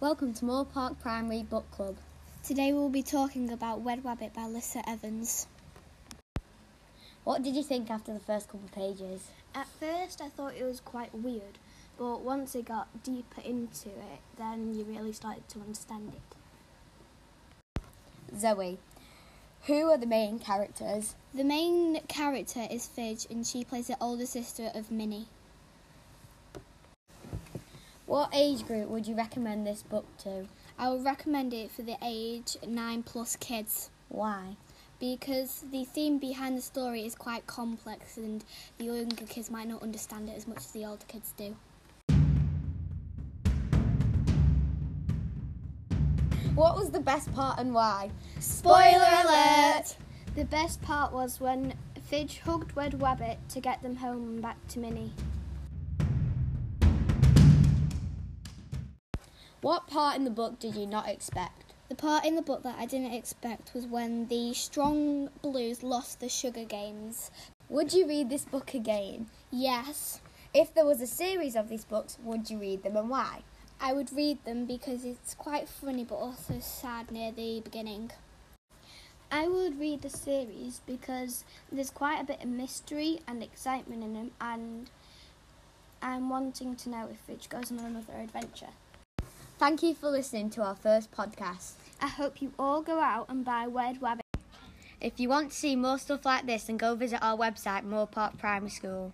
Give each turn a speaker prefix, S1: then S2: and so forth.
S1: Welcome to Moore Park Primary Book Club.
S2: Today we'll be talking about Wed Wabbit by Lissa Evans.
S1: What did you think after the first couple of pages?
S2: At first I thought it was quite weird, but once it got deeper into it, then you really started to understand it.
S1: Zoe, who are the main characters?
S2: The main character is Fidge and she plays the older sister of Minnie.
S1: What age group would you recommend this book to?
S2: I would recommend it for the age 9 plus kids
S1: Why?
S2: because the theme behind the story is quite complex and the younger kids might not understand it as much as the older kids do.
S1: What was the best part and why?
S2: The best part was when Fidge hugged Wed Wabbit to get them home and back to Minnie.
S1: What part in the book did you not expect?
S2: The part in the book that I didn't expect was when the Strong Blues lost the Sugar Games.
S1: Would you read this book again?
S2: Yes,
S1: If there was a series of these books, would you read them and why?
S2: I would read them because it's quite funny but also sad near the beginning. I would read the series because there's quite a bit of mystery and excitement in them, and I'm wanting to know if Fidge goes on another adventure.
S1: Thank you for listening to our first podcast.
S2: I hope you all go out and buy Wed Wabbit.
S1: If you want to see more stuff like this, then go visit our website, Moorpark Primary School.